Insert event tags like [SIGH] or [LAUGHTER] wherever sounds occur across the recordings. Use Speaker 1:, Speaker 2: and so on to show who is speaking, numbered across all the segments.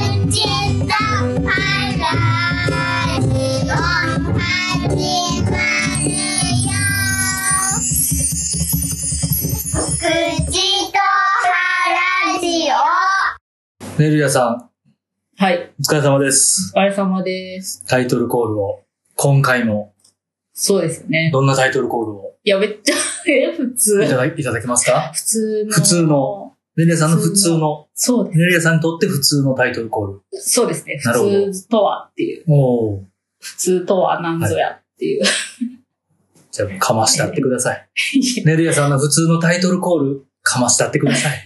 Speaker 1: 口と笑いを始まるよ口と話を
Speaker 2: ネルヤさん、
Speaker 3: はい。
Speaker 2: お疲れ様です。
Speaker 3: お疲れ様です。
Speaker 2: タイトルコールを。今回も、
Speaker 3: そうですよね。
Speaker 2: どんなタイトルコールを
Speaker 3: いや、めっちゃ [LAUGHS] え、普
Speaker 2: いた
Speaker 3: 通。
Speaker 2: だいただけますか
Speaker 3: 普通の。
Speaker 2: 普通の。ネルヤさんの普通の、
Speaker 3: そうで
Speaker 2: ネルヤさんにとって普通のタイトルコール。
Speaker 3: す。そうですね。
Speaker 2: なるほど
Speaker 3: 普通とはっていう。
Speaker 2: おー。
Speaker 3: 普通とは何ぞやっていう。 [LAUGHS]
Speaker 2: じゃあ、かましたってください。ネルヤさんの普通のタイトルコール、かましたってくださ
Speaker 3: [LAUGHS]
Speaker 2: い。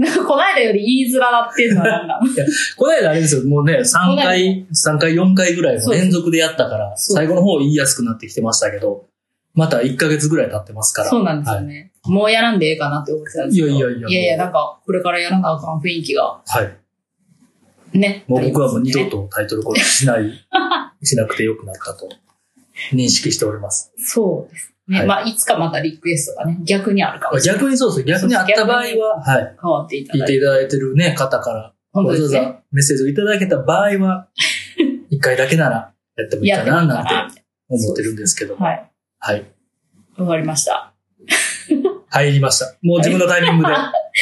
Speaker 3: なんかこないだより言いづらなってんのは
Speaker 2: [LAUGHS]
Speaker 3: なんか。
Speaker 2: この間あれですよ、もうね、3
Speaker 3: こないだ
Speaker 2: 回、3回、4回ぐらいも
Speaker 3: そうです
Speaker 2: 連続でやったから、
Speaker 3: そう
Speaker 2: 最後の方言いやすくなってきてましたけど、また1ヶ月ぐらい経ってますから。
Speaker 3: そうなんですよ
Speaker 2: はい
Speaker 3: ね。もうやらんでええかなって思ってたんですけど。
Speaker 2: いやいやいや
Speaker 3: いやいや、なんか、これからやらなあかん雰囲気が。
Speaker 2: はい。
Speaker 3: ね。
Speaker 2: もう僕はもう二
Speaker 3: あり
Speaker 2: 度と
Speaker 3: ますね。
Speaker 2: タイトルコールし [LAUGHS] ない、しなくてよくなったと認識しております。
Speaker 3: そうですね。
Speaker 2: はい
Speaker 3: まあ、いつかまたリクエストがね、逆にあるかもしれない。
Speaker 2: 逆にそうですよ。逆にあった場合は、はい。
Speaker 3: 変わっていた
Speaker 2: 聞い
Speaker 3: だい
Speaker 2: て
Speaker 3: て。
Speaker 2: いただいてるね、方から、
Speaker 3: 本当
Speaker 2: わ
Speaker 3: で
Speaker 2: ざ
Speaker 3: す
Speaker 2: わ
Speaker 3: ね。
Speaker 2: ざメッセージをいただけた場合 [LAUGHS] は、一回だけならやってもいい
Speaker 3: や
Speaker 2: か
Speaker 3: っても
Speaker 2: な、
Speaker 3: いいか
Speaker 2: な
Speaker 3: なん
Speaker 2: て思ってるんですけど。
Speaker 3: はい。
Speaker 2: はい。
Speaker 3: わかりました。
Speaker 2: 入りました。もう自分のタイミングで、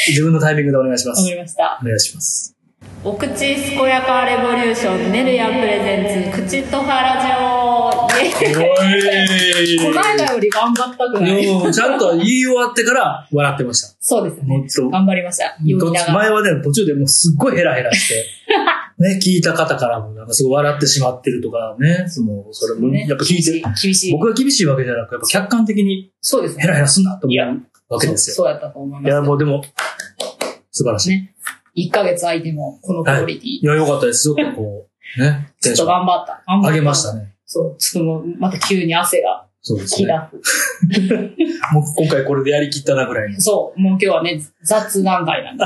Speaker 2: 自分のタイミングでお願いしま
Speaker 3: わか
Speaker 2: す。
Speaker 3: りました。
Speaker 2: お願いします。
Speaker 3: お口健やかレボリューション、ねるやプレゼンツ、口とはラジオ。イエイ
Speaker 2: おい
Speaker 3: [LAUGHS] この間より頑張ったくない
Speaker 2: もうちゃんと言い終わってから笑ってました。
Speaker 3: そうです
Speaker 2: も
Speaker 3: ね
Speaker 2: っ。と
Speaker 3: 頑張りました。読
Speaker 2: ど
Speaker 3: み
Speaker 2: っ
Speaker 3: な
Speaker 2: ち
Speaker 3: が
Speaker 2: 前
Speaker 3: ら。
Speaker 2: はね、途中でもうすっごいヘラヘラ
Speaker 3: [LAUGHS]
Speaker 2: して、ね、聞いた方からもなんかすごい笑ってしまってるとかね、その、それも、
Speaker 3: ね
Speaker 2: やっぱ聞いて、
Speaker 3: 厳しい。厳しい
Speaker 2: 僕が厳しいわけじゃなく、やっぱ客観的に
Speaker 3: そうです
Speaker 2: ヘ
Speaker 3: ね。
Speaker 2: ラヘラすんなと
Speaker 3: い
Speaker 2: 思
Speaker 3: や
Speaker 2: うわけですよ。
Speaker 3: そうそうやったと思い
Speaker 2: いや、
Speaker 3: ま
Speaker 2: もうでも、素晴ら
Speaker 3: す。
Speaker 2: しい。
Speaker 3: ね。1ヶ月空いても、このクオリティ。
Speaker 2: いや、よかったです。すごくこう、ね、
Speaker 3: ち
Speaker 2: テ
Speaker 3: ょ
Speaker 2: ン
Speaker 3: っ
Speaker 2: ショ
Speaker 3: と
Speaker 2: ン
Speaker 3: 頑張った。頑張っ
Speaker 2: 上げましたね。
Speaker 3: そう。ちょっともう、また急に汗が
Speaker 2: そうです
Speaker 3: 吹き
Speaker 2: ね
Speaker 3: 出。
Speaker 2: もう今回これでやりきったなぐらいの。 [LAUGHS]
Speaker 3: す。そう。もう今日はね、雑談会なんで。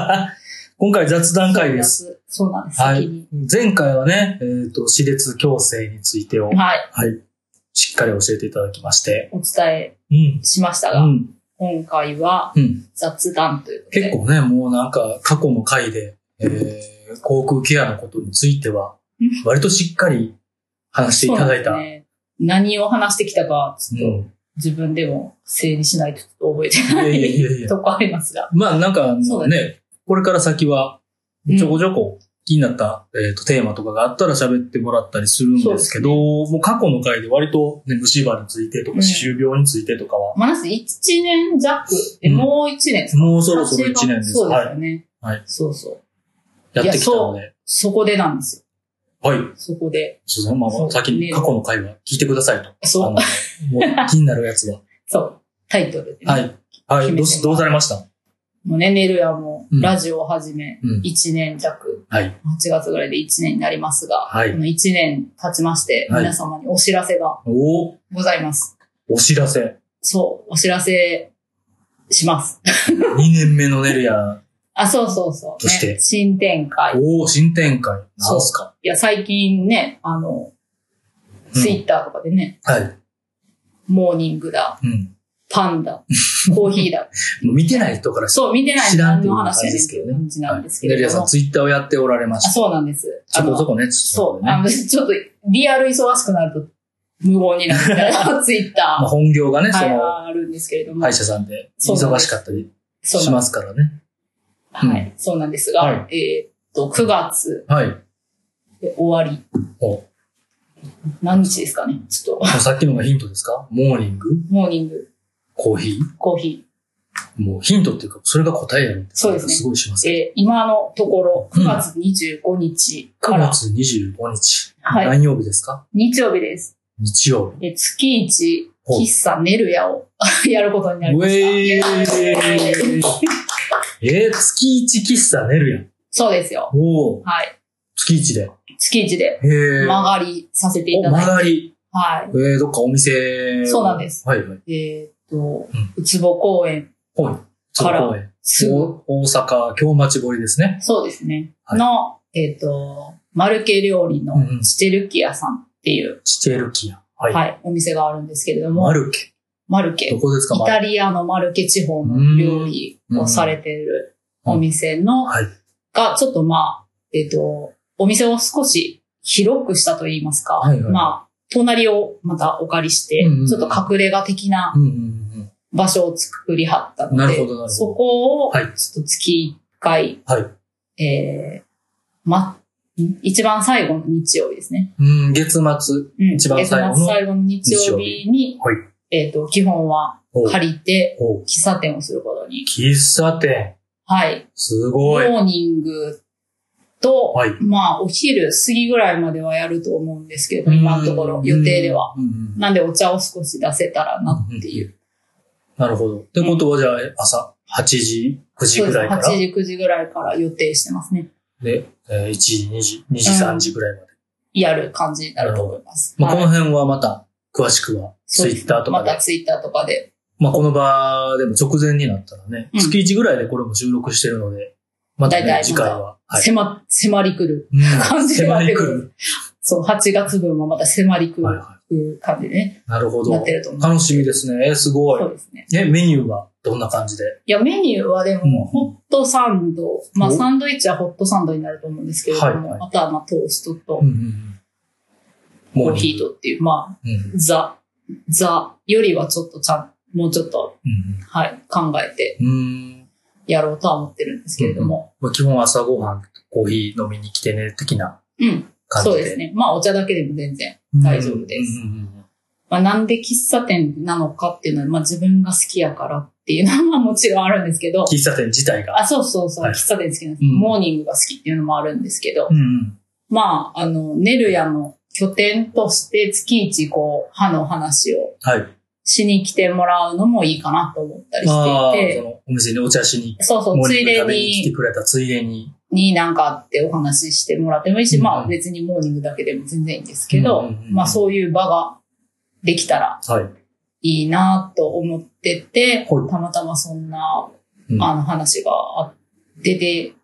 Speaker 2: 今回雑談会です。
Speaker 3: 雑。そうなんです。
Speaker 2: は
Speaker 3: 先
Speaker 2: い
Speaker 3: に。。
Speaker 2: 前回はね、えっ、と、私立矯正についてを、は
Speaker 3: はい。
Speaker 2: い、しっかり教えていただきまして。
Speaker 3: お伝え
Speaker 2: うん。
Speaker 3: しました
Speaker 2: う
Speaker 3: が、
Speaker 2: ん。
Speaker 3: 今回は
Speaker 2: うん。
Speaker 3: 雑談ということで。
Speaker 2: 結構ね、もうなんか過去の回で、えー、航空ケアのことについては
Speaker 3: うん、
Speaker 2: 割としっかり話していただいた。
Speaker 3: そううですね何を話してきたか、ちょっと
Speaker 2: ん。
Speaker 3: 自分でも整理しないとちょっと覚えてない
Speaker 2: いやいやいやいや
Speaker 3: とこありますが。
Speaker 2: まあなんかあ
Speaker 3: そ
Speaker 2: の
Speaker 3: うだ
Speaker 2: ね、これから先は、ちょこちょこ気になった、えー、とテーマとかがあったら喋ってもらったりするんですけど、もう過去の回で割と、ね、虫歯についてと
Speaker 3: う
Speaker 2: か、
Speaker 3: ん
Speaker 2: 歯周病についてとかは、
Speaker 3: まあ、なす1年弱、え
Speaker 2: うん
Speaker 3: もう1年ですか
Speaker 2: もうそろそろ1年です。
Speaker 3: そうです
Speaker 2: は
Speaker 3: よ
Speaker 2: い。
Speaker 3: ね。
Speaker 2: はい。
Speaker 3: そうそう。
Speaker 2: やってきたので。
Speaker 3: そこでなんです
Speaker 2: はい。
Speaker 3: よ。そこで。
Speaker 2: そのま
Speaker 3: そ
Speaker 2: ま
Speaker 3: う
Speaker 2: 先に過去の回は聞いてくださいと。あ
Speaker 3: そ
Speaker 2: の
Speaker 3: う
Speaker 2: も。う気になるやつは。
Speaker 3: [LAUGHS] そう。タイトルで、ね。
Speaker 2: はい。はい。どうし、どうされました
Speaker 3: もうね、ネルヤも
Speaker 2: うん
Speaker 3: ラジオを始め
Speaker 2: うん
Speaker 3: 1年弱、
Speaker 2: はい。
Speaker 3: 8月ぐらいで1年になりますが、
Speaker 2: はい
Speaker 3: この1年経ちまして、
Speaker 2: はい
Speaker 3: 皆様にお知らせが
Speaker 2: おー
Speaker 3: ございます。
Speaker 2: お知らせ。
Speaker 3: そう、お知らせします。 [LAUGHS]
Speaker 2: 2年目のネルヤ。
Speaker 3: あ、そうそうそう。
Speaker 2: として
Speaker 3: ね新展開。
Speaker 2: おお新展開。なんすか
Speaker 3: いや、最近ね、あの、
Speaker 2: うん
Speaker 3: ツイッターとかでね、
Speaker 2: はい。
Speaker 3: モーニングだ、
Speaker 2: うん。
Speaker 3: パ
Speaker 2: [LAUGHS]
Speaker 3: ンだ、コーヒーだ。
Speaker 2: もう見てない人から
Speaker 3: そう、見てない
Speaker 2: 知らんっていう
Speaker 3: 何の話
Speaker 2: 感じ
Speaker 3: やね
Speaker 2: で
Speaker 3: ん
Speaker 2: す
Speaker 3: って
Speaker 2: け
Speaker 3: い
Speaker 2: ど
Speaker 3: う
Speaker 2: ね
Speaker 3: 感じなんですけ
Speaker 2: ネ
Speaker 3: れ
Speaker 2: ルヤ
Speaker 3: ども。
Speaker 2: さん、ツイッターをやっておられま
Speaker 3: あ
Speaker 2: した。
Speaker 3: そうなんです。
Speaker 2: そこそ
Speaker 3: の、
Speaker 2: こね。
Speaker 3: そう、あ
Speaker 2: ね。
Speaker 3: の、ちょっと、リアル忙しくなると、無言になるみた
Speaker 2: [LAUGHS]
Speaker 3: いな、ツイッ
Speaker 2: まあ
Speaker 3: タ
Speaker 2: 本業がね、
Speaker 3: ー、
Speaker 2: そ
Speaker 3: はい、
Speaker 2: の、
Speaker 3: あるんですけれども。
Speaker 2: 歯医者さんで
Speaker 3: そうなん
Speaker 2: 忙
Speaker 3: で
Speaker 2: し
Speaker 3: す
Speaker 2: かったり
Speaker 3: そう
Speaker 2: し
Speaker 3: なんで
Speaker 2: ますからね。
Speaker 3: す。
Speaker 2: うん
Speaker 3: はい、そうなんですが、
Speaker 2: は
Speaker 3: えーっと、9月
Speaker 2: はい。
Speaker 3: で終わり、
Speaker 2: おも
Speaker 3: 何日ですかね。ちょっと、
Speaker 2: うさっきのがヒントですかモーニング
Speaker 3: モーニング、
Speaker 2: コーヒ
Speaker 3: コーヒー、
Speaker 2: ーもうヒントっていうか、それが答えやるって
Speaker 3: そうですね
Speaker 2: すごいします。
Speaker 3: えー今のところ、9月25日か
Speaker 2: 9
Speaker 3: ら、
Speaker 2: 月25日。
Speaker 3: はい
Speaker 2: 何曜日ですか
Speaker 3: 日曜日です。
Speaker 2: 日曜日。
Speaker 3: えー月一、
Speaker 2: ほう
Speaker 3: 喫茶ネルヤを [LAUGHS] やることになり
Speaker 2: ウ
Speaker 3: ま
Speaker 2: ェ
Speaker 3: した。
Speaker 2: ーイえー、月一喫茶寝るやん。
Speaker 3: そうですよ。
Speaker 2: おお
Speaker 3: はい。
Speaker 2: 月一で。
Speaker 3: 月一で
Speaker 2: へえ。
Speaker 3: 曲がりさせてい
Speaker 2: お、
Speaker 3: ただ
Speaker 2: 曲
Speaker 3: いて。
Speaker 2: がり。
Speaker 3: は
Speaker 2: えー、どっかお店を。
Speaker 3: そうなんです
Speaker 2: はいはい。
Speaker 3: い。えーっと
Speaker 2: ん、
Speaker 3: うつぼ公園、
Speaker 2: はい。
Speaker 3: から
Speaker 2: そう公園
Speaker 3: すぐ、
Speaker 2: お大阪、京町堀ですね。
Speaker 3: そうですね。
Speaker 2: はい
Speaker 3: の、えーっと、マルケ料理
Speaker 2: うんうん
Speaker 3: のチテルキアさんっていう、
Speaker 2: チチェルキア。はい。
Speaker 3: はい、お店があるんですけれども
Speaker 2: マ、ルケ。
Speaker 3: マルケ
Speaker 2: ど。こですか、
Speaker 3: イ
Speaker 2: マル
Speaker 3: タリアのマルケ地方の料理をされているお店の
Speaker 2: はい、
Speaker 3: が、ちょっとまあ、えっと、お店を少し広くしたといいますか、
Speaker 2: はいはい
Speaker 3: まあ、隣をまたお借りして、
Speaker 2: うんうん
Speaker 3: ちょっと隠れ家的な
Speaker 2: うんうん
Speaker 3: 場所を作りはったので、
Speaker 2: なるほどなるほど
Speaker 3: そこを、ち
Speaker 2: は
Speaker 3: ょ
Speaker 2: い
Speaker 3: っと月1回、
Speaker 2: は
Speaker 3: えー、ま、ん一番最後の日曜日ですね。
Speaker 2: うん。うん、月末。
Speaker 3: うん、
Speaker 2: 一番最後の
Speaker 3: 月末最後の日曜日に、
Speaker 2: はい
Speaker 3: えっ、と、基本は
Speaker 2: おう
Speaker 3: 借りて、
Speaker 2: おう
Speaker 3: 喫茶店をすることに。
Speaker 2: 喫茶店。
Speaker 3: はい。
Speaker 2: すご
Speaker 3: モ
Speaker 2: い。
Speaker 3: ーニングと、
Speaker 2: はい
Speaker 3: まあ、お昼過ぎぐらいまではやると思うんですけど、今のところ、予定では。
Speaker 2: うん。うん
Speaker 3: なんで、お茶を少し出せたらなっていう。
Speaker 2: なるほど。ってことは、じゃあ、朝8時、9時
Speaker 3: そう
Speaker 2: ぐ
Speaker 3: です
Speaker 2: らいから。
Speaker 3: 8時、9時ぐらいから予定してますね。
Speaker 2: で、えー1時、2時、2時、3時ぐらいまで。
Speaker 3: やる感じになると思います。
Speaker 2: まあ、こ
Speaker 3: はい
Speaker 2: の辺はまた、詳しくは、
Speaker 3: そう
Speaker 2: ツイ
Speaker 3: です
Speaker 2: ッターとか
Speaker 3: ま
Speaker 2: で
Speaker 3: た。ツイッターとかで。
Speaker 2: まあ、この場でも直前になったらね、
Speaker 3: うん
Speaker 2: 月1ぐらいでこれも収録してるので、また
Speaker 3: 大体ま
Speaker 2: ね、
Speaker 3: た
Speaker 2: 次回は。はい。
Speaker 3: 迫、迫り来る。
Speaker 2: う
Speaker 3: 感
Speaker 2: ん
Speaker 3: じにな
Speaker 2: 迫
Speaker 3: って
Speaker 2: り
Speaker 3: く
Speaker 2: 来
Speaker 3: る
Speaker 2: る。
Speaker 3: そう、8月分もまた迫り来
Speaker 2: はいは
Speaker 3: る感じでね、
Speaker 2: い。なるほ
Speaker 3: な
Speaker 2: ど
Speaker 3: って。ると思う。
Speaker 2: 楽しみですね。えーすごい
Speaker 3: そ。うですね。
Speaker 2: え、メニューはどんな感じで
Speaker 3: いや、メニューはでも、
Speaker 2: うん
Speaker 3: ホットサンド。まあ、
Speaker 2: お
Speaker 3: サンドイッチはホットサンドになると思うんですけれども、
Speaker 2: はいはい
Speaker 3: あとはまあ、トーストと
Speaker 2: うんうんうん。
Speaker 3: コ
Speaker 2: モ
Speaker 3: ーヒー
Speaker 2: ニング
Speaker 3: とっていう、まあ、
Speaker 2: うんうん
Speaker 3: ザ、ザよりはちょっとちゃん、もうちょっと、はい、考えて
Speaker 2: うんうん。うーん。
Speaker 3: やろうとは思ってるんですけれども、
Speaker 2: まあ、基本朝ごはん、コーヒー飲みに来てね、的な
Speaker 3: うん、
Speaker 2: 感じ
Speaker 3: そ
Speaker 2: で。
Speaker 3: うですね。まあ、お茶だけでも全然。
Speaker 2: うん。
Speaker 3: 大丈夫です
Speaker 2: うんうんうん
Speaker 3: まあ、なんで喫茶店なのかっていうのは、まあ、自分が好きやからっていうのはもちろんあるんですけど、
Speaker 2: 喫茶店自体が。
Speaker 3: あ、そうそうそう、
Speaker 2: はい
Speaker 3: 喫茶店好きなんです、
Speaker 2: うん
Speaker 3: モーニングが好きっていうのもあるんですけど、
Speaker 2: うんうん。
Speaker 3: まあ、あの、ネルヤの拠点として月一こう、歯の話を
Speaker 2: はい。
Speaker 3: しに来てもらうのもいいかなと思ったり
Speaker 2: ああ
Speaker 3: してい
Speaker 2: そ
Speaker 3: て、
Speaker 2: のお店にお茶しに、
Speaker 3: そうそう、
Speaker 2: モー
Speaker 3: つ
Speaker 2: ニ
Speaker 3: い
Speaker 2: ング
Speaker 3: で
Speaker 2: 食べに来て
Speaker 3: に、
Speaker 2: くれたついでに。
Speaker 3: になんかあってお話ししてもらってもいいし、
Speaker 2: うん
Speaker 3: まあ別にモーニングだけでも全然いいんですけ
Speaker 2: う
Speaker 3: ど、
Speaker 2: んうんうん
Speaker 3: まあそういう場ができたら
Speaker 2: はい。
Speaker 3: いいなと思ってて、
Speaker 2: はい
Speaker 3: たまたまそんな、
Speaker 2: うん
Speaker 3: あの話があってて、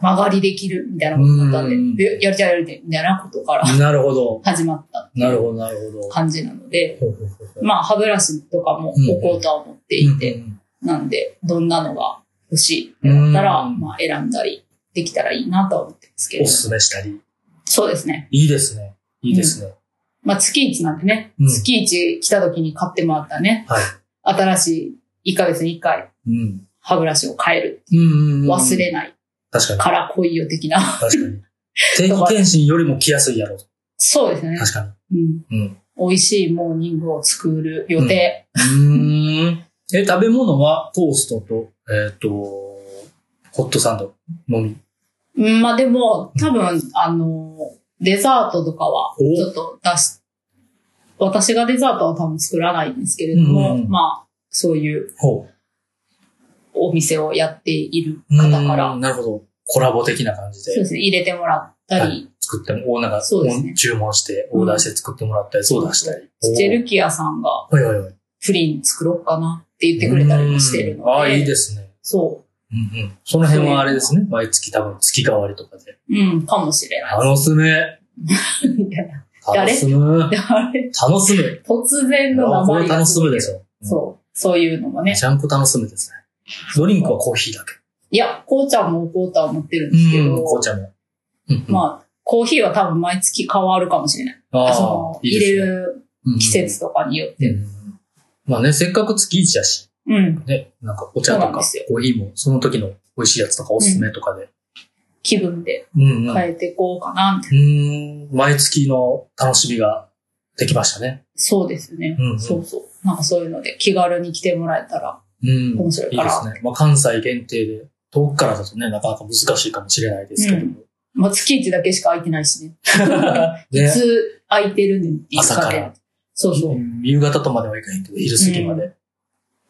Speaker 3: 曲がりできるみたいなことだったんで
Speaker 2: うん
Speaker 3: で、やりたいやりたいみたいなことから
Speaker 2: なるほど。
Speaker 3: [LAUGHS] 始まった
Speaker 2: なるほど、なるほど。
Speaker 3: 感じなので、
Speaker 2: ほうほうほうほう
Speaker 3: まあ歯ブラシとかも置こうとは思っていて、なんで、どんなのが欲しいってなったら、
Speaker 2: うん
Speaker 3: まあ選んだりできたらいいなとは思ってますけ
Speaker 2: お
Speaker 3: ど、
Speaker 2: すすめしたり。
Speaker 3: そうですね。
Speaker 2: いいですね。いいですね。
Speaker 3: まあ月一なんでね、
Speaker 2: うん
Speaker 3: 月一来た時に買ってもらったね、
Speaker 2: はい
Speaker 3: 新しい1ヶ月に1回
Speaker 2: うん。
Speaker 3: 歯ブラシを変える
Speaker 2: うんうんうん。
Speaker 3: 忘れ。ない
Speaker 2: 確かに。
Speaker 3: から恋よ的な。 [LAUGHS]
Speaker 2: 確かに。定期検診よりも来やすいやろうと。
Speaker 3: そうですね。
Speaker 2: 確かに。
Speaker 3: うん。
Speaker 2: うん
Speaker 3: 美味しいモーニングを作る予定。
Speaker 2: うーん。え、食べ物はトーストと、えっ、と、ホットサンドのみ。
Speaker 3: うん、まあでも、多分、あの、デザートとかは、
Speaker 2: お
Speaker 3: ちょっと出し、私がデザートは多分作らないんですけれども、
Speaker 2: うんうん
Speaker 3: まあ、そういう
Speaker 2: ほ
Speaker 3: お店をやっている
Speaker 2: う。
Speaker 3: 方から、
Speaker 2: うーんなるほど。コラボ的な感じ
Speaker 3: そう
Speaker 2: で
Speaker 3: ですね、入れてもらったり、
Speaker 2: 作っても、オーナーが
Speaker 3: そうですね
Speaker 2: 注文して、オーダーして作ってもらったり、相談したり。
Speaker 3: スチェルキアさんが
Speaker 2: おー。はいはいはい。
Speaker 3: プリン作ろうかなって言ってくれたりもしてるので、
Speaker 2: うんああ、いいですね。
Speaker 3: そ
Speaker 2: うんうん。その辺はあれですね。毎月多分月替わりとかで。
Speaker 3: う、うん、かもしれない。
Speaker 2: 楽しめ。
Speaker 3: いや
Speaker 2: 楽しむ。
Speaker 3: であれ
Speaker 2: 楽しむ。
Speaker 3: [LAUGHS] 突然の
Speaker 2: あ
Speaker 3: 名
Speaker 2: これ
Speaker 3: 前
Speaker 2: 楽
Speaker 3: が
Speaker 2: しむでしょ。
Speaker 3: そう。そういうのもね
Speaker 2: め。ちゃんこ楽しむですね。ドリンクはコーヒーだけ。
Speaker 3: いや、紅茶も紅茶を持ってるんですけ
Speaker 2: うん、
Speaker 3: ど、
Speaker 2: 紅茶も。うんうん
Speaker 3: まあ、コーヒーは多分毎月変わるかもしれない。そ
Speaker 2: あ
Speaker 3: の
Speaker 2: あ、いい
Speaker 3: 入
Speaker 2: です
Speaker 3: れ
Speaker 2: ね
Speaker 3: る季節とかによっ
Speaker 2: うんう
Speaker 3: て。
Speaker 2: んうんまあね、せっかく月一だし、
Speaker 3: うん。
Speaker 2: ね、なんかお茶と
Speaker 3: そうなん
Speaker 2: か
Speaker 3: ですよ
Speaker 2: コーヒーもその時の美味しいやつとかおすすめとかで。
Speaker 3: 気分で
Speaker 2: うんうん。
Speaker 3: 変えていこうかな、みたいな。
Speaker 2: うーん、毎月の楽しみができましたね。
Speaker 3: そうですね
Speaker 2: うんう。ん
Speaker 3: そうそう。なんかそういうので気軽に来てもらえたら。
Speaker 2: うん。
Speaker 3: 面白いから
Speaker 2: ですね。まあ、関西限定で、遠くからだとね、なかなか難しいかもしれないですけど [LAUGHS] も。
Speaker 3: まあ、月1だけしか空いてないしね。い
Speaker 2: ね、
Speaker 3: つ空いてるねんっていう
Speaker 2: 朝から
Speaker 3: で。そうそうう。
Speaker 2: ん夕方とまではいかへんけど、昼過ぎまで。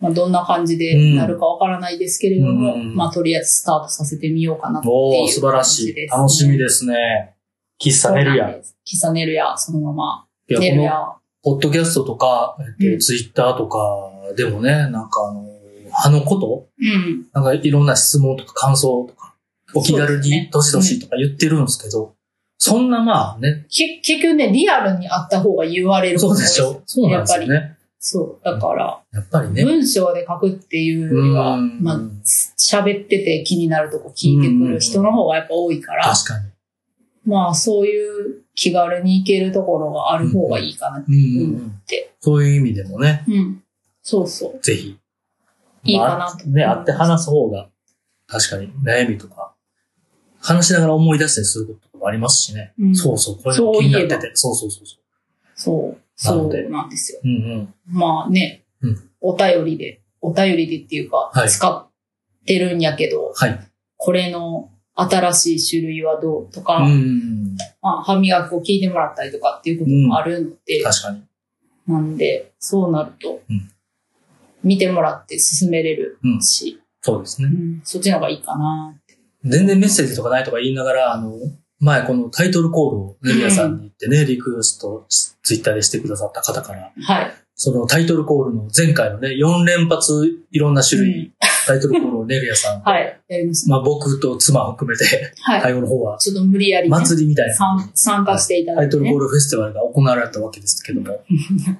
Speaker 3: まあ、どんな感じでなるかわからないですけれども、
Speaker 2: うん
Speaker 3: まあ、とりあえずスタートさせてみようかなっていう
Speaker 2: おー、素晴らしい。楽しみですね。喫茶ネルヤ。い
Speaker 3: 喫茶ネルヤ、そのまま。
Speaker 2: や、
Speaker 3: ネ
Speaker 2: こ
Speaker 3: ル
Speaker 2: の、
Speaker 3: ヤ。
Speaker 2: ポッドキャストとか、
Speaker 3: うん
Speaker 2: ツイッターとかでもね、なんかあの、あのこと
Speaker 3: うん。
Speaker 2: なんかいろんな質問とか感想とか、お気
Speaker 3: そう
Speaker 2: 軽
Speaker 3: ですね
Speaker 2: に、どしどしとか言ってるんですけど、そんなまあね、
Speaker 3: け結局ね、リアルにあった方が言われる
Speaker 2: そうでしょ。そうなんですよね。
Speaker 3: そう。だから、
Speaker 2: やっぱりね。
Speaker 3: 文章で書くっていうよりは、
Speaker 2: うん
Speaker 3: まあ、喋ってて気になるとこ聞いてくる人の方がやっぱ多いから、
Speaker 2: 確かに。
Speaker 3: まあ、そういう気軽に行けるところがある方がいいかな。
Speaker 2: うんうんう
Speaker 3: うんて
Speaker 2: そういう意味でもね、
Speaker 3: うん。そうそう。
Speaker 2: ぜひ。
Speaker 3: いいかな
Speaker 2: まあ
Speaker 3: と
Speaker 2: ね、会って話す方が、確かに悩みとか、話しながら思い出したりすることとかもありますしね。
Speaker 3: うん
Speaker 2: そうそう、これ
Speaker 3: そう
Speaker 2: 気
Speaker 3: い
Speaker 2: に
Speaker 3: えば
Speaker 2: なってて。そうそうそうそ
Speaker 3: そう。
Speaker 2: な
Speaker 3: そ
Speaker 2: ので
Speaker 3: うなんですよ。
Speaker 2: う。うんうん。
Speaker 3: まあね、
Speaker 2: うん
Speaker 3: お便りで、お便りでっていうか、
Speaker 2: はい
Speaker 3: 使ってるんやけど、
Speaker 2: はい。
Speaker 3: これの新しい種類はどうとか、
Speaker 2: うん。
Speaker 3: まあ、歯磨きを聞いてもらったりとかっていうこともあるので、
Speaker 2: 確かに。
Speaker 3: なんで、そうなると、
Speaker 2: うん
Speaker 3: 見てもらって進めれるし、
Speaker 2: そうです
Speaker 3: う
Speaker 2: ね。
Speaker 3: んそっちの方がいいかなって。
Speaker 2: 全然メッセージとかないとか言いながら、あの、前このタイトルコールをネリアさんに言ってね、リクエストしツイッターでしてくださった方から、
Speaker 3: はい。
Speaker 2: そのタイトルコールの前回のね、4連発いろんな種類、
Speaker 3: うん
Speaker 2: タイトルコールをネリアさん、 [LAUGHS]
Speaker 3: はい。やりますね。
Speaker 2: まあ僕と妻を含めて、
Speaker 3: はい。
Speaker 2: 最後の方は
Speaker 3: ちょっと無理やり、ね
Speaker 2: 祭りみたいな
Speaker 3: 参参加していただ
Speaker 2: タイ
Speaker 3: いて、
Speaker 2: トル
Speaker 3: ね
Speaker 2: コー。ルフェスティバルが行われたわけですけども、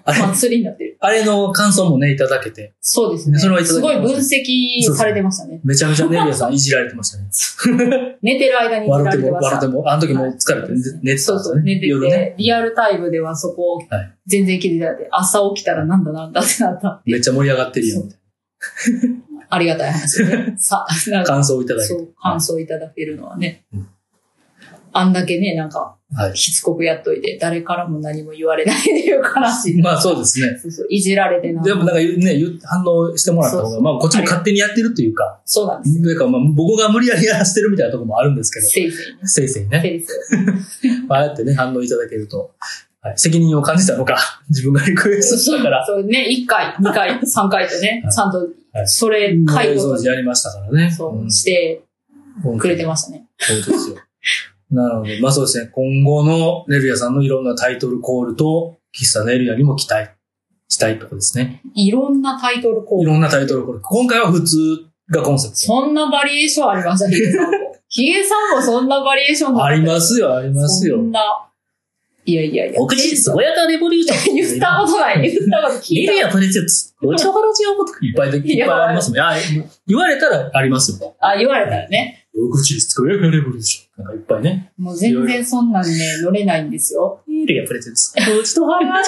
Speaker 2: あれ、
Speaker 3: [LAUGHS] 祭りになってる。
Speaker 2: あれの感想もね、いただけて、
Speaker 3: そうですね。
Speaker 2: それはいただ
Speaker 3: す
Speaker 2: きま
Speaker 3: ごい分
Speaker 2: し
Speaker 3: 析されてましたね。
Speaker 2: めちゃめちゃネリアさんいじられてましたね。
Speaker 3: 寝てる間に
Speaker 2: 笑っても、
Speaker 3: まし
Speaker 2: 笑
Speaker 3: た
Speaker 2: っても、あの時もう疲れて寝て寝てたん
Speaker 3: そう
Speaker 2: です
Speaker 3: そ
Speaker 2: よ
Speaker 3: う、
Speaker 2: ね。
Speaker 3: 寝てて、
Speaker 2: 夜ね。
Speaker 3: リアルタイムではそこを
Speaker 2: はい
Speaker 3: 全然気づいてなくて、朝起きたらなんだなんだって
Speaker 2: [LAUGHS]
Speaker 3: なった。
Speaker 2: めっちゃ盛り上がってるよ、みたい
Speaker 3: ありがたい話でね。さ、なん
Speaker 2: な
Speaker 3: か、
Speaker 2: 感想をいただいて
Speaker 3: そ。う、感想いただけるのはね。
Speaker 2: うん
Speaker 3: あんだけね、なんか、
Speaker 2: はい。
Speaker 3: しつこくやっといて、誰からも何も言われないっていう話。
Speaker 2: まあそうですね。
Speaker 3: そうそう、いじられてな。
Speaker 2: でもなんかね、言う反応してもらった方
Speaker 3: そう
Speaker 2: が、
Speaker 3: そう
Speaker 2: まあこっちも勝手にやってるというか、
Speaker 3: そうなんですよ。
Speaker 2: というかまあ僕が無理やりやらせてるみたいなところもあるんですけど、
Speaker 3: せいせいね。
Speaker 2: せいせいね。
Speaker 3: せいせい。
Speaker 2: まあああやってね、反応いただけると、はい、責任を感じたのか、自分がリクエストしたから、
Speaker 3: そうね、1回、2回、3回とね
Speaker 2: は、い
Speaker 3: ちゃんと
Speaker 2: は、い
Speaker 3: それ、
Speaker 2: 内
Speaker 3: 回
Speaker 2: 臓
Speaker 3: 答
Speaker 2: 時やりましたからね。
Speaker 3: そ
Speaker 2: ん
Speaker 3: う、して
Speaker 2: 本当
Speaker 3: く
Speaker 2: に
Speaker 3: れてましたね。
Speaker 2: そうですよ。なので、まあそうですね、今後のネルヤさんのいろんなタイトルコールと、喫茶ネルヤにも期待したいとこですね。
Speaker 3: いろんなタイトルコー
Speaker 2: い
Speaker 3: ル
Speaker 2: ろんなタイトルコール。今回は普通がコンセプ
Speaker 3: そんなバリエーションありました、ヒゲさんも。ヒゲさんもそんなバリエーション
Speaker 2: ト。
Speaker 3: な
Speaker 2: あり
Speaker 3: す。
Speaker 2: ますよ、あります
Speaker 3: そ
Speaker 2: よ
Speaker 3: ん。な。いやいやいや。
Speaker 2: お口すごやかレボリューション。
Speaker 3: 言ったことない。言ったこと聞
Speaker 2: ネ
Speaker 3: い
Speaker 2: ル
Speaker 3: た。
Speaker 2: ヤプレゼンツ。ごちそうさまこといっぱいで、
Speaker 3: い
Speaker 2: い
Speaker 3: や
Speaker 2: っぱいありますもん。あ言われたらありますよ。
Speaker 3: あ、言われたよね。
Speaker 2: お口すごやかレボリューション。なんかいっぱいね。
Speaker 3: もう全然そんなんね、乗れないんですよ。
Speaker 2: ネルヤプレゼンツ。ごちそうさま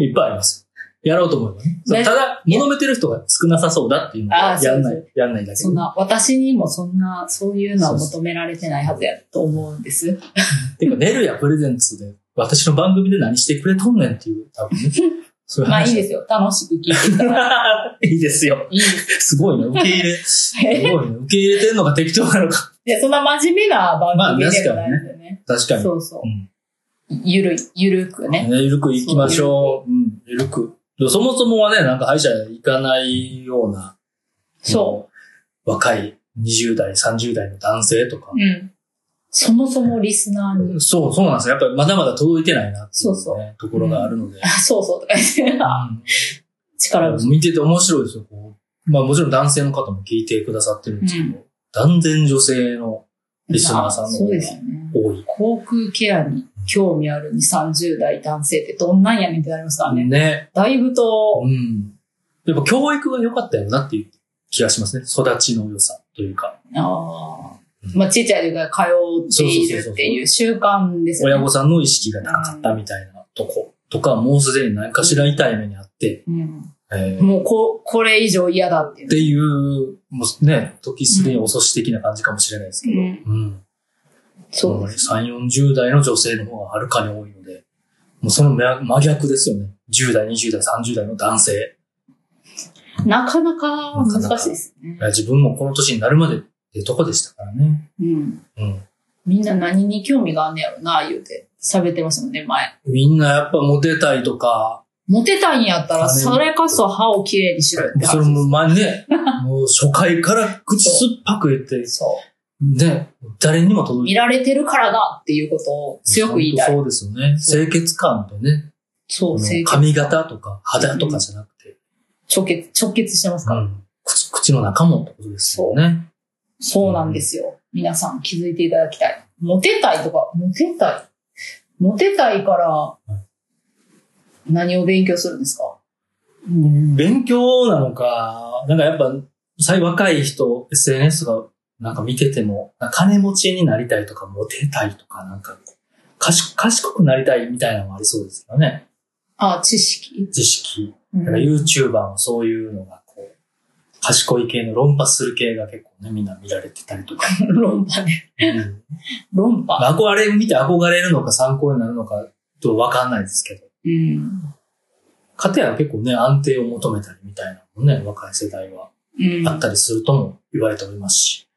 Speaker 2: いっぱいありますよ。やろうと思えばね。そうただ、求めてる人が少なさそうだっていうの
Speaker 3: あ
Speaker 2: は、
Speaker 3: ー
Speaker 2: やんな
Speaker 3: そ
Speaker 2: い、やんないだけで。
Speaker 3: そんな、私にもそんな、そういうのは求められてないはずやと思うんです。
Speaker 2: てか、ネルやプレゼンツで、私の番組で何してくれとんねんっていう、多分ね。そういう
Speaker 3: まあい
Speaker 2: 話。
Speaker 3: いですよ。楽しく聞いて
Speaker 2: [LAUGHS]
Speaker 3: いただいて。
Speaker 2: いいですよ。
Speaker 3: いいです。
Speaker 2: すごいね。受け入れ、すごいね。受け入れてんのが適当なのか。
Speaker 3: いや、そんな真面目な番組ではないですよね。
Speaker 2: 確かに。
Speaker 3: そうそう
Speaker 2: う。ん。
Speaker 3: ゆるい、ゆるくね。
Speaker 2: ねゆるく行きましょう。うん。ゆるく。でもそもそもはね、なんか歯医者行かないような、。
Speaker 3: そう
Speaker 2: 若い20代、30代の男性とか
Speaker 3: う。。うん。そもそもリスナーに
Speaker 2: そう、そうなんですよ。やっぱりまだまだ届いてないなっていう、ね、
Speaker 3: そうそう
Speaker 2: ところがあるので。
Speaker 3: あそうそうとか
Speaker 2: [LAUGHS]
Speaker 3: 言って、
Speaker 2: うん
Speaker 3: 力不足。
Speaker 2: 見てて面白いですよ。こうまあもちろん男性の方も聞いてくださってるんですけど、
Speaker 3: う
Speaker 2: 断然女性のリスナーさん
Speaker 3: ま
Speaker 2: の
Speaker 3: あそ
Speaker 2: 方
Speaker 3: う
Speaker 2: が
Speaker 3: ですよね。
Speaker 2: 多い。
Speaker 3: 航空ケアに興味ある2、30代男性ってどんなんやねんってなりますからね。
Speaker 2: ね。
Speaker 3: だいぶと、
Speaker 2: うん。やっぱ教育が良かったよなっていう気がしますね。育ちの良さというか、
Speaker 3: あーまあ、ちっちゃい時から通っているっていう習慣です
Speaker 2: 親
Speaker 3: よね。
Speaker 2: 御さんの意識がなかったみたいなとことか、もうすでに何かしら痛い目にあって、え
Speaker 3: うん、
Speaker 2: ー
Speaker 3: もうこ、これ以上嫌だってい
Speaker 2: っ
Speaker 3: う。
Speaker 2: ていう、もうね、時すでに遅し的な感じかもしれないですけど、
Speaker 3: うん、
Speaker 2: うん。
Speaker 3: そう
Speaker 2: ほんま
Speaker 3: で
Speaker 2: すに3、40代の女性の方がはるかに多いので、もうその真真逆ですよね。10代、20代、30代の男性。
Speaker 3: なかなか難しいですね。
Speaker 2: 自分もこの年になるまでっていうとこでしたからね。
Speaker 3: うん。
Speaker 2: うん。
Speaker 3: みんな何に興味があんねやろな、言うて。喋ってましたもんね、前。
Speaker 2: みんなやっぱモテたいとか、
Speaker 3: モテたいんやったら、それこそ歯をきれいにしろよって
Speaker 2: それ
Speaker 3: 話です
Speaker 2: もまあ
Speaker 3: [LAUGHS]
Speaker 2: ね、もう初回から口酸っぱく言って、
Speaker 3: そう。
Speaker 2: ね、誰にも届
Speaker 3: 見
Speaker 2: いて
Speaker 3: られてるからだっていうことを強く言いたい。
Speaker 2: そうですよね。
Speaker 3: そ
Speaker 2: 清潔感とね、
Speaker 3: そう、清潔。
Speaker 2: 髪型とか肌とかじゃなくて、
Speaker 3: 直結、直結してますから。
Speaker 2: うん口口の中もってことですよね。
Speaker 3: そうなんですよ。皆さん気づいていただきたい。モテたいとか、モテたい。モテたいから、何を勉強するんですか
Speaker 2: 勉強なのか、なんかやっぱ、最若い人、SNS とかなんか見てても、なんか金持ちになりたいとか、モテたいとか、なんかこう、賢賢くなりたいみたいなのもありそうですよね。
Speaker 3: あ、知識、
Speaker 2: 知識。
Speaker 3: うん
Speaker 2: だから YouTuber もそういうのが、こう、賢い系の論破する系が結構ね、みんな見られてたりとか。
Speaker 3: 論破ね。
Speaker 2: うん
Speaker 3: 論破。
Speaker 2: まあ、憧れ見て憧れるのか参考になるのかとわかんないですけど。
Speaker 3: うん。
Speaker 2: かたや結構ね、安定を求めたりみたいなのもね、若い世代は
Speaker 3: うん。
Speaker 2: あったりするとも言われておりますし、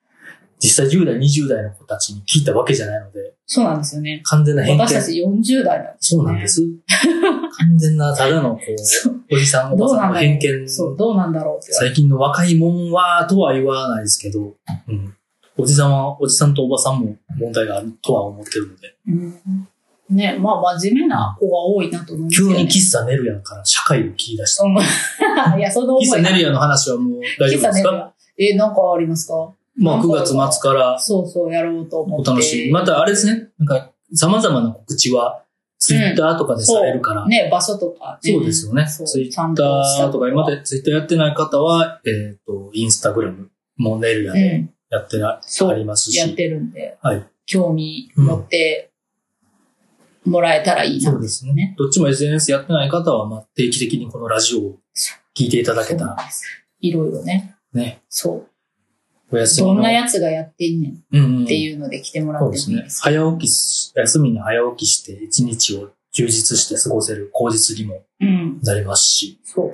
Speaker 2: 実際10代、20代の子たちに聞いたわけじゃないので、
Speaker 3: そうなんですよね。
Speaker 2: 完全な偏見。
Speaker 3: 私たち40代なんです
Speaker 2: そ
Speaker 3: よ
Speaker 2: う
Speaker 3: ね
Speaker 2: なんです。完全な、ただのこ、
Speaker 3: [LAUGHS] そう
Speaker 2: おじさん、お
Speaker 3: ど
Speaker 2: ば
Speaker 3: う
Speaker 2: さ
Speaker 3: なん
Speaker 2: んの
Speaker 3: だろ
Speaker 2: 偏
Speaker 3: う。
Speaker 2: 見。
Speaker 3: そう、どうなんだろうって言われ
Speaker 2: 最近の若いもんは、とは言わないですけど、うん。おじさんは、おじさんとおばさんも問題があるとは思ってるので、
Speaker 3: て。うん。ね、まあ真面目な子が多いなと思うんです
Speaker 2: 急
Speaker 3: よ、ね。
Speaker 2: に喫茶ネルヤから社会を切り出した。
Speaker 3: うん [LAUGHS] いや、その思い
Speaker 2: 喫茶ネルヤの話はもう大丈夫ですか
Speaker 3: え、なんかありますか
Speaker 2: まあ
Speaker 3: なん
Speaker 2: 9
Speaker 3: か
Speaker 2: 月末から
Speaker 3: そうそう、やろうと思
Speaker 2: お
Speaker 3: って。
Speaker 2: 楽しみ。またあれですね、なんか様々な告知はツイッターとかでされるから、
Speaker 3: そうね、場所とか、ね。
Speaker 2: そうですよね。
Speaker 3: そう
Speaker 2: ツイッ
Speaker 3: ちゃん
Speaker 2: タ
Speaker 3: とした
Speaker 2: ーとか、今までツイッターやってない方は、えっ、と、インスタグラムもネルヤ
Speaker 3: う
Speaker 2: で
Speaker 3: ん。
Speaker 2: やってな、
Speaker 3: そう
Speaker 2: あります
Speaker 3: やっ
Speaker 2: し。
Speaker 3: てるんで、
Speaker 2: はい。
Speaker 3: 興味持ってもらえたらいいな。
Speaker 2: そうですね。どっちも SNS やってない方は、まあ、定期的にこのラジオを聞いていただけた
Speaker 3: そう
Speaker 2: ら、
Speaker 3: なんですいろいろね。
Speaker 2: ね、
Speaker 3: そう。
Speaker 2: お休み
Speaker 3: ど
Speaker 2: の。
Speaker 3: んなやつがやってんねんっ
Speaker 2: うんうん、
Speaker 3: ていうので来てもら
Speaker 2: そう
Speaker 3: って
Speaker 2: で
Speaker 3: も
Speaker 2: す
Speaker 3: いい
Speaker 2: ね
Speaker 3: です。か、
Speaker 2: 早起きし、休みに早起きして、一日を充実して過ごせる口実にも
Speaker 3: うん。
Speaker 2: なりますし、
Speaker 3: そう。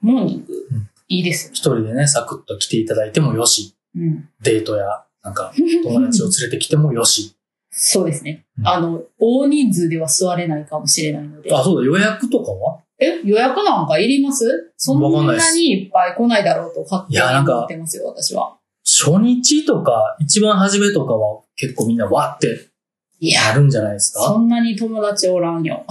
Speaker 3: モーニング
Speaker 2: うん、
Speaker 3: いいですよ。
Speaker 2: 一人でね、サクッと来ていただいてもよし、
Speaker 3: うん。
Speaker 2: デートや、なんか、友達を連れてきてもよし。
Speaker 3: [LAUGHS] そうですね
Speaker 2: う。ん
Speaker 3: あの、大人数では座れないかもしれないので。
Speaker 2: あ、そうだ、予約とかは
Speaker 3: え、予約なんかいりますそん
Speaker 2: わかんないです
Speaker 3: なにいっぱい来ないだろうと勝手
Speaker 2: いやなん
Speaker 3: に
Speaker 2: か
Speaker 3: 思ってますよ、私は。
Speaker 2: 初日とか、一番初めとかは結構みんなわって
Speaker 3: い
Speaker 2: や
Speaker 3: や、
Speaker 2: るんじゃないですか
Speaker 3: そんなに友達おらんよ。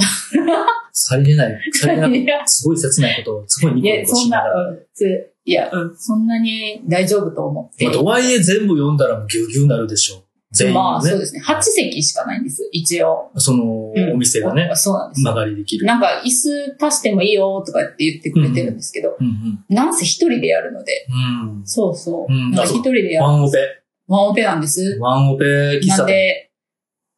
Speaker 2: さりげない、さりげなく、
Speaker 3: [LAUGHS] いや、
Speaker 2: すごい切ないことを、すごいニ
Speaker 3: い
Speaker 2: コニ
Speaker 3: や
Speaker 2: コ
Speaker 3: そ
Speaker 2: し
Speaker 3: ん
Speaker 2: な
Speaker 3: な
Speaker 2: がら。、
Speaker 3: [LAUGHS] うん、ついや、うん、そんなに大丈夫と思って
Speaker 2: まあ、。とはいえ全部読んだらぎゅうぎゅうなるでしょう。全員ね。
Speaker 3: まあ、そうですね。8席しかないんです、一応。
Speaker 2: その、
Speaker 3: うん
Speaker 2: お店がね、
Speaker 3: そうなんです。
Speaker 2: 曲がりできる。
Speaker 3: なんか、椅子足してもいいよとかって言ってくれてるんですけど、
Speaker 2: うんうん。
Speaker 3: なんせ一人でやるので。
Speaker 2: うん。
Speaker 3: そうそうう。
Speaker 2: ん
Speaker 3: なんか一人でやる。
Speaker 2: ワンオペ。
Speaker 3: ワンオペなんです。
Speaker 2: ワンオペ喫
Speaker 3: な
Speaker 2: 茶店。
Speaker 3: んで、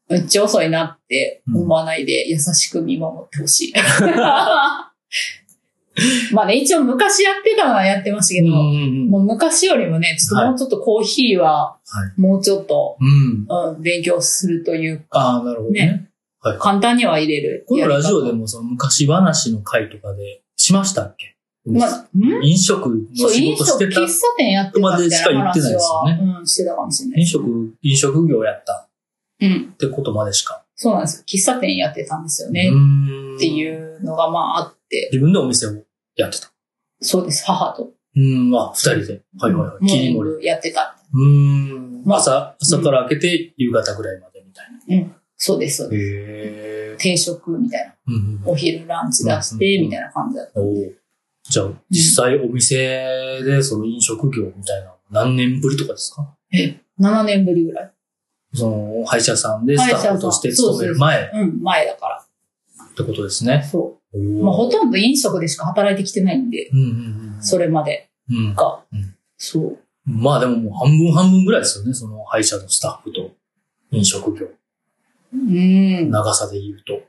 Speaker 3: めっちゃ遅いなって思わないで、優しく見守ってほし
Speaker 2: [LAUGHS]
Speaker 3: い。 [LAUGHS] まあね、一応昔やってたのはやってましたけど、
Speaker 2: うん
Speaker 3: もう昔よりもね、ちょっ
Speaker 2: は
Speaker 3: と
Speaker 2: い
Speaker 3: もうちょっとコーヒーは
Speaker 2: は、
Speaker 3: もうちょっと、
Speaker 2: うん。
Speaker 3: うん、勉強するという、
Speaker 2: ああ、なるほどね。はい。
Speaker 3: 簡単には入れる。
Speaker 2: このラジオで
Speaker 3: も。
Speaker 2: もその昔話の回とかでしましたっけ
Speaker 3: まあ、ん
Speaker 2: 飲食
Speaker 3: そ
Speaker 2: の
Speaker 3: う、
Speaker 2: 仕
Speaker 3: 飲
Speaker 2: 事し
Speaker 3: 食、
Speaker 2: て
Speaker 3: 喫
Speaker 2: た
Speaker 3: 茶。店やってたみたいな
Speaker 2: までしか言ってない
Speaker 3: 話
Speaker 2: ですよね
Speaker 3: は、うん、してたかもしれない
Speaker 2: 飲。食、飲食業やった
Speaker 3: うん、
Speaker 2: ってことまでしか。
Speaker 3: そうなんですよ。喫茶店やってたんですよね
Speaker 2: う。ん
Speaker 3: っていうのが、まあ、あって、
Speaker 2: 自分でお店をやってた。
Speaker 3: そうです、母と。
Speaker 2: うん、あ、二人で。はいはいはい。
Speaker 3: モ
Speaker 2: 切
Speaker 3: ーニ
Speaker 2: り
Speaker 3: ン
Speaker 2: 盛り。
Speaker 3: グやってた。
Speaker 2: うん。
Speaker 3: まあ
Speaker 2: 朝、朝から開けて夕方ぐらいまでみたいな。
Speaker 3: そうです、そうです。
Speaker 2: へえ。
Speaker 3: 定食みたいな。
Speaker 2: うんうん。
Speaker 3: お昼ランチ出し
Speaker 2: う
Speaker 3: て、
Speaker 2: ん
Speaker 3: みたいな感じだった。
Speaker 2: おーじゃあ、実際お店でその飲食業みたいなの何年ぶりとかですか
Speaker 3: 7年ぶりぐらい。
Speaker 2: その、歯医者さんでスタッフとして勤める前っ
Speaker 3: うん、前だか
Speaker 2: てことです
Speaker 3: ら。
Speaker 2: ね。
Speaker 3: そ
Speaker 2: お
Speaker 3: う。まあ、
Speaker 2: ー
Speaker 3: ほとんど飲食でしか働いてきてないんで、
Speaker 2: うんうん
Speaker 3: それまで
Speaker 2: うん。うん
Speaker 3: が
Speaker 2: うん。
Speaker 3: そう。
Speaker 2: まあでももう半分半分ぐらいですよね。その歯医者のスタッフと飲食業。
Speaker 3: うん。
Speaker 2: 長さで言うと。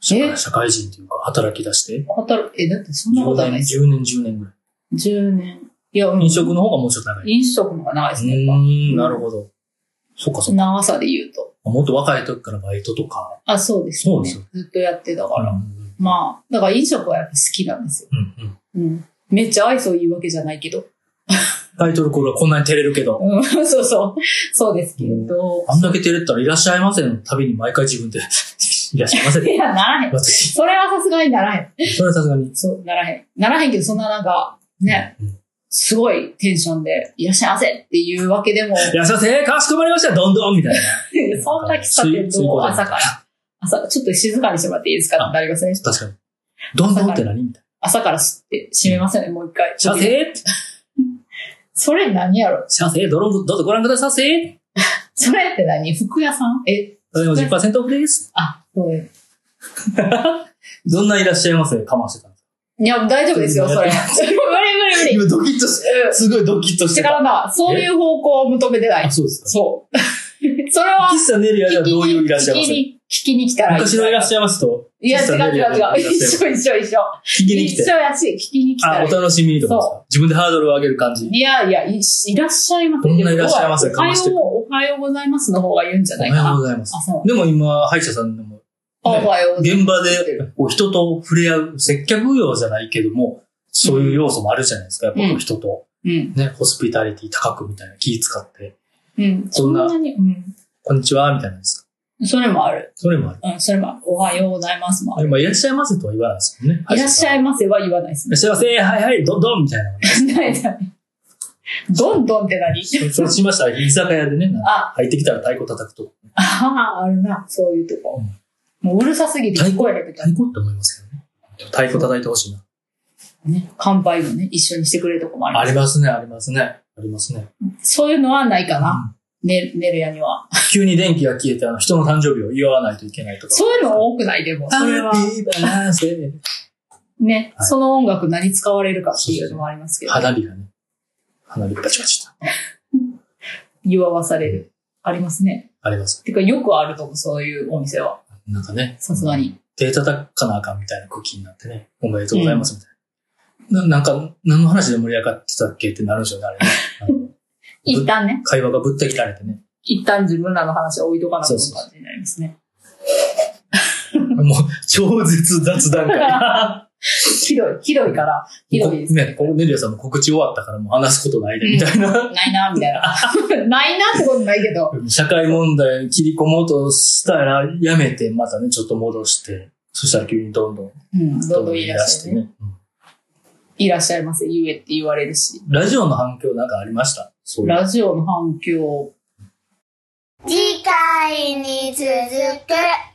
Speaker 2: 社会社会人というか働き出して。
Speaker 3: 働く、え、だってそんなこ
Speaker 2: 10
Speaker 3: とはな
Speaker 2: 年、
Speaker 3: いですよ。
Speaker 2: 10年、10年ぐらい。
Speaker 3: 10年。いや、うん
Speaker 2: 飲食の方がもうちょっと長い。
Speaker 3: 飲食の方が長いです
Speaker 2: う
Speaker 3: ね、やっ
Speaker 2: ーん、なるほど。そっかそっ
Speaker 3: ぱ。
Speaker 2: か。
Speaker 3: 長さで言うと。
Speaker 2: もっと若い時からバイトとか。
Speaker 3: あ、そうですね。
Speaker 2: そうですよ
Speaker 3: ずっとやってたか
Speaker 2: う
Speaker 3: ら。
Speaker 2: ん
Speaker 3: まあ、だから飲食はやっぱ好きなんですよ。
Speaker 2: うんうん。
Speaker 3: うん。めっちゃ愛想いいわけじゃないけど。
Speaker 2: タイトルコールはこんなに照れるけど。
Speaker 3: うん、 [LAUGHS] そうそう。そうですけれど。
Speaker 2: あんだけ照れてたらいらっしゃいませの旅に毎回自分で [LAUGHS] いらっしゃいませ
Speaker 3: いや、ならへん。
Speaker 2: 私。
Speaker 3: それはさすがにならへん。 [LAUGHS]
Speaker 2: それはさすがに。
Speaker 3: そう、ならへん。ならへんけど、そんななんか、ね、
Speaker 2: うん。
Speaker 3: すごいテンションで、いらっしゃいませっていうわけでも、
Speaker 2: いらっしゃいませかしこまりましたどんどんみたいな。
Speaker 3: そんな喫茶店
Speaker 2: つい
Speaker 3: の朝から、朝、ちょっと静かにしてもらっていいですかってなりません
Speaker 2: 確かに。どんどんって何みたい
Speaker 3: 朝から吸って閉めますよね、もう一回。
Speaker 2: な。幸せ
Speaker 3: それ何やろ
Speaker 2: 幸せドロング、どうぞご覧くださいせ
Speaker 3: それって何服屋さんえ、
Speaker 2: ただいま10%オフです。
Speaker 3: あ、そう
Speaker 2: どんないらっしゃいませかましてたんです
Speaker 3: いや、大丈夫ですよ、それ。無理無
Speaker 4: 今
Speaker 2: [LAUGHS]
Speaker 3: 理無理。
Speaker 4: ドキッとし、
Speaker 3: う
Speaker 4: すごいドキッと
Speaker 3: ん。
Speaker 4: して
Speaker 3: だか
Speaker 4: た。
Speaker 3: らな、そういう方向を求めてない
Speaker 2: あ、。そうですか。
Speaker 3: そう。 [LAUGHS] それは、
Speaker 2: 喫茶ネリアではどういういらっしゃいま
Speaker 3: 聞き
Speaker 2: す
Speaker 3: に、聞きに来たらいい。
Speaker 2: 昔のいらっしゃいますと、
Speaker 3: いや、違う違う違う。一緒一緒一緒。
Speaker 2: 聞きに来
Speaker 3: 一
Speaker 2: て、
Speaker 3: 緒やし、聞きに来た
Speaker 2: あ、
Speaker 3: らい
Speaker 2: お
Speaker 3: い。
Speaker 2: 楽しみにとかですか自分でハードルを上げる感じ。
Speaker 3: いやいや、いいらっしゃいませ。
Speaker 2: どんないらっしゃいませ
Speaker 3: おは
Speaker 2: かま
Speaker 3: よ
Speaker 2: して
Speaker 3: う、おはようございますの方が言うんじゃ
Speaker 2: お
Speaker 3: な
Speaker 2: はい
Speaker 3: か
Speaker 2: よう
Speaker 3: な。
Speaker 2: ございます
Speaker 3: あ、。そう。
Speaker 2: でも今、歯医者さんでも、
Speaker 3: あおはようございます。
Speaker 2: 現場でこう人と触れ合う、接客業じゃないけども、そういう要素もあるじゃないですか。やっぱこう人と、
Speaker 3: うん。
Speaker 2: ね、ホスピタリティ高くみたいな気使って、
Speaker 3: うん。
Speaker 2: そんな
Speaker 3: に、う
Speaker 2: こんにちは、みたいなんですか。
Speaker 3: ん。それもある。
Speaker 2: それもある。
Speaker 3: うん、それもある。おはようございますもあ
Speaker 2: で
Speaker 3: る。
Speaker 2: も、いらっしゃいませとは言わないですもんね。
Speaker 3: いらっしゃ
Speaker 2: い。
Speaker 3: いませは言わないです
Speaker 2: [LAUGHS] いら
Speaker 3: ね
Speaker 2: っ。しゃいませ、はいはい、どんどんみたいな。
Speaker 3: ないないどんどんって何
Speaker 2: そうしましたら、居酒屋でね、なんか
Speaker 3: あ、
Speaker 2: 入ってきたら太鼓叩くと。
Speaker 3: ああ、あるな、そういうとこ。もううるさすぎて聞こえなくて
Speaker 2: 太、鼓って思いますけどね。太鼓叩いてほしいな。
Speaker 3: ね、乾杯もね、一緒にしてくれるとこもあ
Speaker 2: あ
Speaker 3: る。
Speaker 2: りますね、ありますね。ありますね。
Speaker 3: そういうのはないかな。ね、寝るやには。
Speaker 2: 急に電気が消えて、あの、人の誕生日を祝わないといけないとか。
Speaker 3: そういうの多くないでも、それは。
Speaker 2: Happy birthday
Speaker 3: ね、
Speaker 2: はい
Speaker 3: その音楽何使われるかっていうのもありますけ
Speaker 2: [LAUGHS]
Speaker 3: ど、
Speaker 2: 花火がね。花火バチバチと。
Speaker 3: 祝わされる。ありますね。
Speaker 2: あります。
Speaker 3: てか、よくあるとこ、そういうお店は。
Speaker 2: なんかね。
Speaker 3: さすがに。
Speaker 2: 手叩かなあかんみたいな空気になってね。おめでとうございますみたいな。ななんか、何の話で盛り上がってたっけってなるんでしょうね、あ
Speaker 3: [LAUGHS]
Speaker 2: れね。あの
Speaker 3: 一旦ね、
Speaker 2: 会話がぶった切られてね。
Speaker 3: 一旦自分らの話は置いとかなく
Speaker 2: そう
Speaker 3: て
Speaker 2: そう
Speaker 3: 感じになりますね。
Speaker 2: もう、超絶雑談会。
Speaker 3: ひどい、ひどいから、 [LAUGHS] ひどいです
Speaker 2: ね、ここネリアさんも告知終わったからもう話すことないで、みたいな。 [LAUGHS]
Speaker 3: ないな、みたいな。 [LAUGHS] ないなってことないけど。
Speaker 2: 社会問題に切り込もうとしたら、やめて、またね、ちょっと戻して、そしたら急にどんどん、
Speaker 3: うん、どんどんいらっしゃいね。
Speaker 2: ね。うん
Speaker 3: いらっしゃいませ、ゆえって言われるし。
Speaker 2: ラジオの反響なんかありましたそういう。
Speaker 3: ラジオの反響。
Speaker 1: 次回に続く。